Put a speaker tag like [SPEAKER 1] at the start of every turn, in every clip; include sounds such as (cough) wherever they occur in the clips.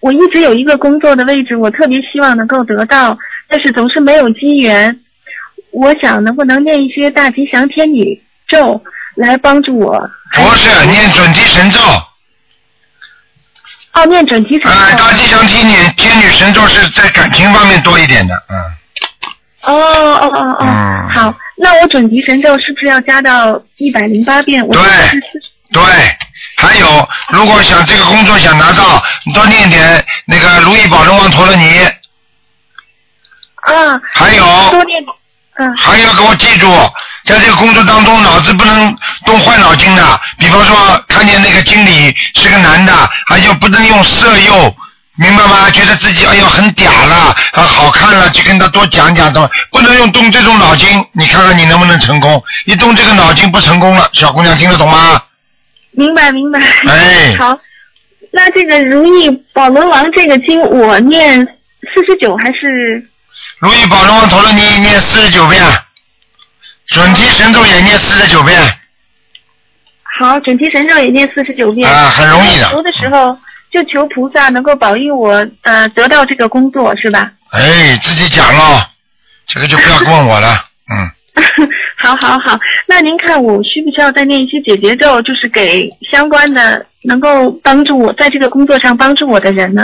[SPEAKER 1] 我一直有一个工作的位置，我特别希望能够得到，但是总是没有机缘。我想能不能念一些大吉祥天女咒来帮助我？
[SPEAKER 2] 不是念准提神咒啊、
[SPEAKER 1] 哦，念准提神
[SPEAKER 2] 呃
[SPEAKER 1] 咒。
[SPEAKER 2] 大吉祥天女天女神咒是在感情方面多一点的，嗯，
[SPEAKER 1] 哦哦哦哦
[SPEAKER 2] 嗯，
[SPEAKER 1] 好，那我准提神咒是不是要加到一百零八遍？我
[SPEAKER 2] 对
[SPEAKER 1] 是四十
[SPEAKER 2] 对。还有，如果想这个工作想拿到，你多念点那个如意宝龙王陀罗尼，
[SPEAKER 1] 啊，
[SPEAKER 2] 还有
[SPEAKER 1] 多念，嗯，
[SPEAKER 2] 还要给我记住，在这个工作当中，脑子不能动坏脑筋的。比方说，看见那个经理是个男的，还要不能用色诱，明白吗？觉得自己哎呦很嗲了，啊好看了，就跟他多讲讲的，不能用动这种脑筋。你看看你能不能成功？一动这个脑筋不成功了，小姑娘听得懂吗？
[SPEAKER 1] 明白明白。
[SPEAKER 2] 哎
[SPEAKER 1] 好，那这个如意宝轮王这个经我念四十九还是？
[SPEAKER 2] 如意宝龙王陀罗尼念四十九遍，准提神咒也念四十九遍，
[SPEAKER 1] 好，准提神咒也念四十九遍。
[SPEAKER 2] 啊很容易的
[SPEAKER 1] 求的时候就求菩萨能够保佑我，呃，得到这个工作是吧？ (laughs)
[SPEAKER 2] 哎，自己讲咯，这个就不要问我了，嗯。
[SPEAKER 1] 好好好，那您看我需不需要再念一些解结咒，就是给相关的能够帮助我在这个工作上帮助我的人呢？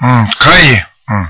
[SPEAKER 2] 嗯，可以，嗯，